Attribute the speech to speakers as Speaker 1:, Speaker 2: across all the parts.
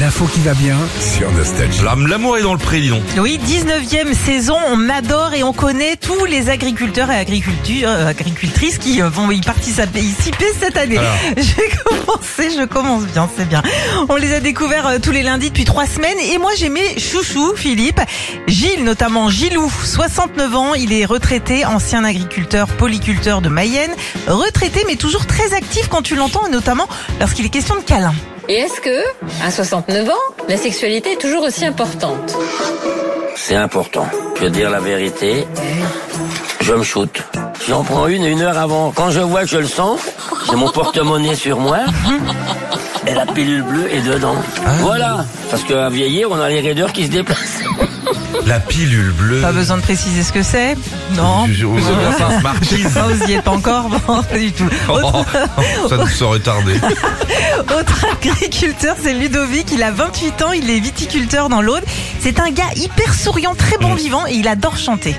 Speaker 1: L'info qui va bien.
Speaker 2: sur Nostalgie.
Speaker 3: L'âme- L'amour est dans le pré, dis donc.
Speaker 4: Oui, 19e saison, on adore et on connaît tous les agriculteurs et agriculture- euh, agricultrices qui euh, vont y participer, participer cette année.
Speaker 3: Alors.
Speaker 4: J'ai commencé, je commence bien, c'est bien. On les a découverts euh, tous les lundis depuis trois semaines et moi j'ai mes chouchous, Philippe, Gilles notamment, Gilou, 69 ans, il est retraité, ancien agriculteur, polyculteur de Mayenne, retraité mais toujours très actif quand tu l'entends et notamment lorsqu'il est question de câlin.
Speaker 5: Et est-ce que, à 69 ans, la sexualité est toujours aussi importante
Speaker 6: C'est important. Je veux dire la vérité. Je me shoote. J'en prends une une heure avant. Quand je vois que je le sens, j'ai mon porte-monnaie sur moi. Et la pilule bleue est dedans. Voilà. Parce qu'à vieillir, on a les raideurs qui se déplacent.
Speaker 3: La pilule bleue.
Speaker 4: Pas besoin de préciser ce que c'est Non.
Speaker 3: Je- je- on se voit pas, marquise.
Speaker 4: Ah, vous y êtes pas encore Bon, pas du tout.
Speaker 3: Oh,
Speaker 4: Autre,
Speaker 3: ça nous serait tardé.
Speaker 4: autre agriculteur, c'est Ludovic. Il a 28 ans, il est viticulteur dans l'Aude. C'est un gars hyper souriant, très bon vivant et il adore chanter.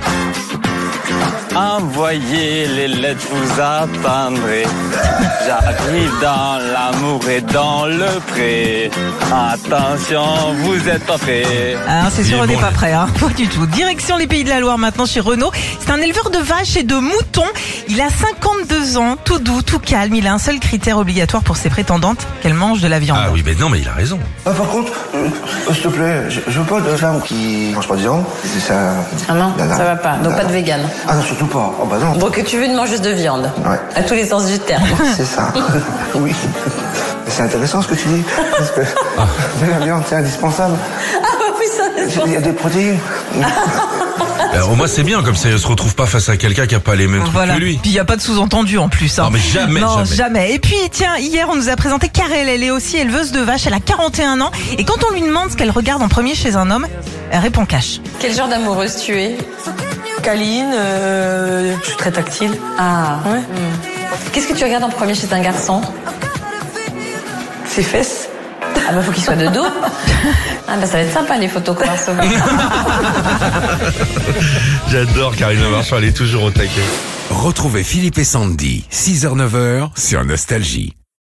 Speaker 7: Envoyez les lettres, vous attendrez. J'arrive dans l'amour et dans le pré. Attention, vous êtes pas prêts.
Speaker 4: Ah, c'est sûr,
Speaker 3: Il est
Speaker 4: on n'est
Speaker 3: bon,
Speaker 4: pas prêt, hein. pas du tout. Direction les Pays de la Loire maintenant chez Renault. C'est un éleveur de vaches et de moutons. Il a 52 ans, tout doux, tout calme. Il a un seul critère obligatoire pour ses prétendantes, qu'elles mangent de la viande.
Speaker 3: Ah oui, mais non, mais il a raison.
Speaker 8: Ah, par contre, euh, euh, s'il te plaît, je, je veux pas de femme qui mange pas de viande. C'est ça.
Speaker 5: Ah non,
Speaker 8: Nana.
Speaker 5: ça va pas. Donc pas de vegan.
Speaker 8: Ah non, surtout pas. Oh bah non.
Speaker 5: Donc tu veux une mangeuse de viande
Speaker 8: Ouais.
Speaker 5: À tous les sens du terme.
Speaker 8: C'est ça. oui. C'est intéressant ce que tu dis. Parce que de la viande, c'est indispensable.
Speaker 5: ah oui, ça
Speaker 8: Il y a des protéines.
Speaker 3: Euh, au moins, c'est bien, comme ça, il se retrouve pas face à quelqu'un qui a pas les mêmes
Speaker 4: Voilà.
Speaker 3: trucs que lui.
Speaker 4: Puis il n'y a pas de sous-entendu en plus. hein.
Speaker 3: Non, mais jamais,
Speaker 4: Non,
Speaker 3: jamais.
Speaker 4: Et puis tiens, hier on nous a présenté Karel. Elle est aussi éleveuse de vaches. Elle a 41 ans. Et quand on lui demande ce qu'elle regarde en premier chez un homme, elle répond cash.
Speaker 5: Quel genre d'amoureuse tu es
Speaker 9: Câline, euh, je suis très tactile.
Speaker 5: Ah. Hmm.
Speaker 9: Ouais.
Speaker 5: Qu'est-ce que tu regardes en premier chez un garçon
Speaker 9: Ses fesses.
Speaker 5: Ah bah faut qu'il soit de dos. ah bah ça va être sympa les photos qu'on va recevoir.
Speaker 3: J'adore Karine Le Marchand, elle est toujours au taquet.
Speaker 2: Retrouvez Philippe et Sandy, 6h-9h sur Nostalgie.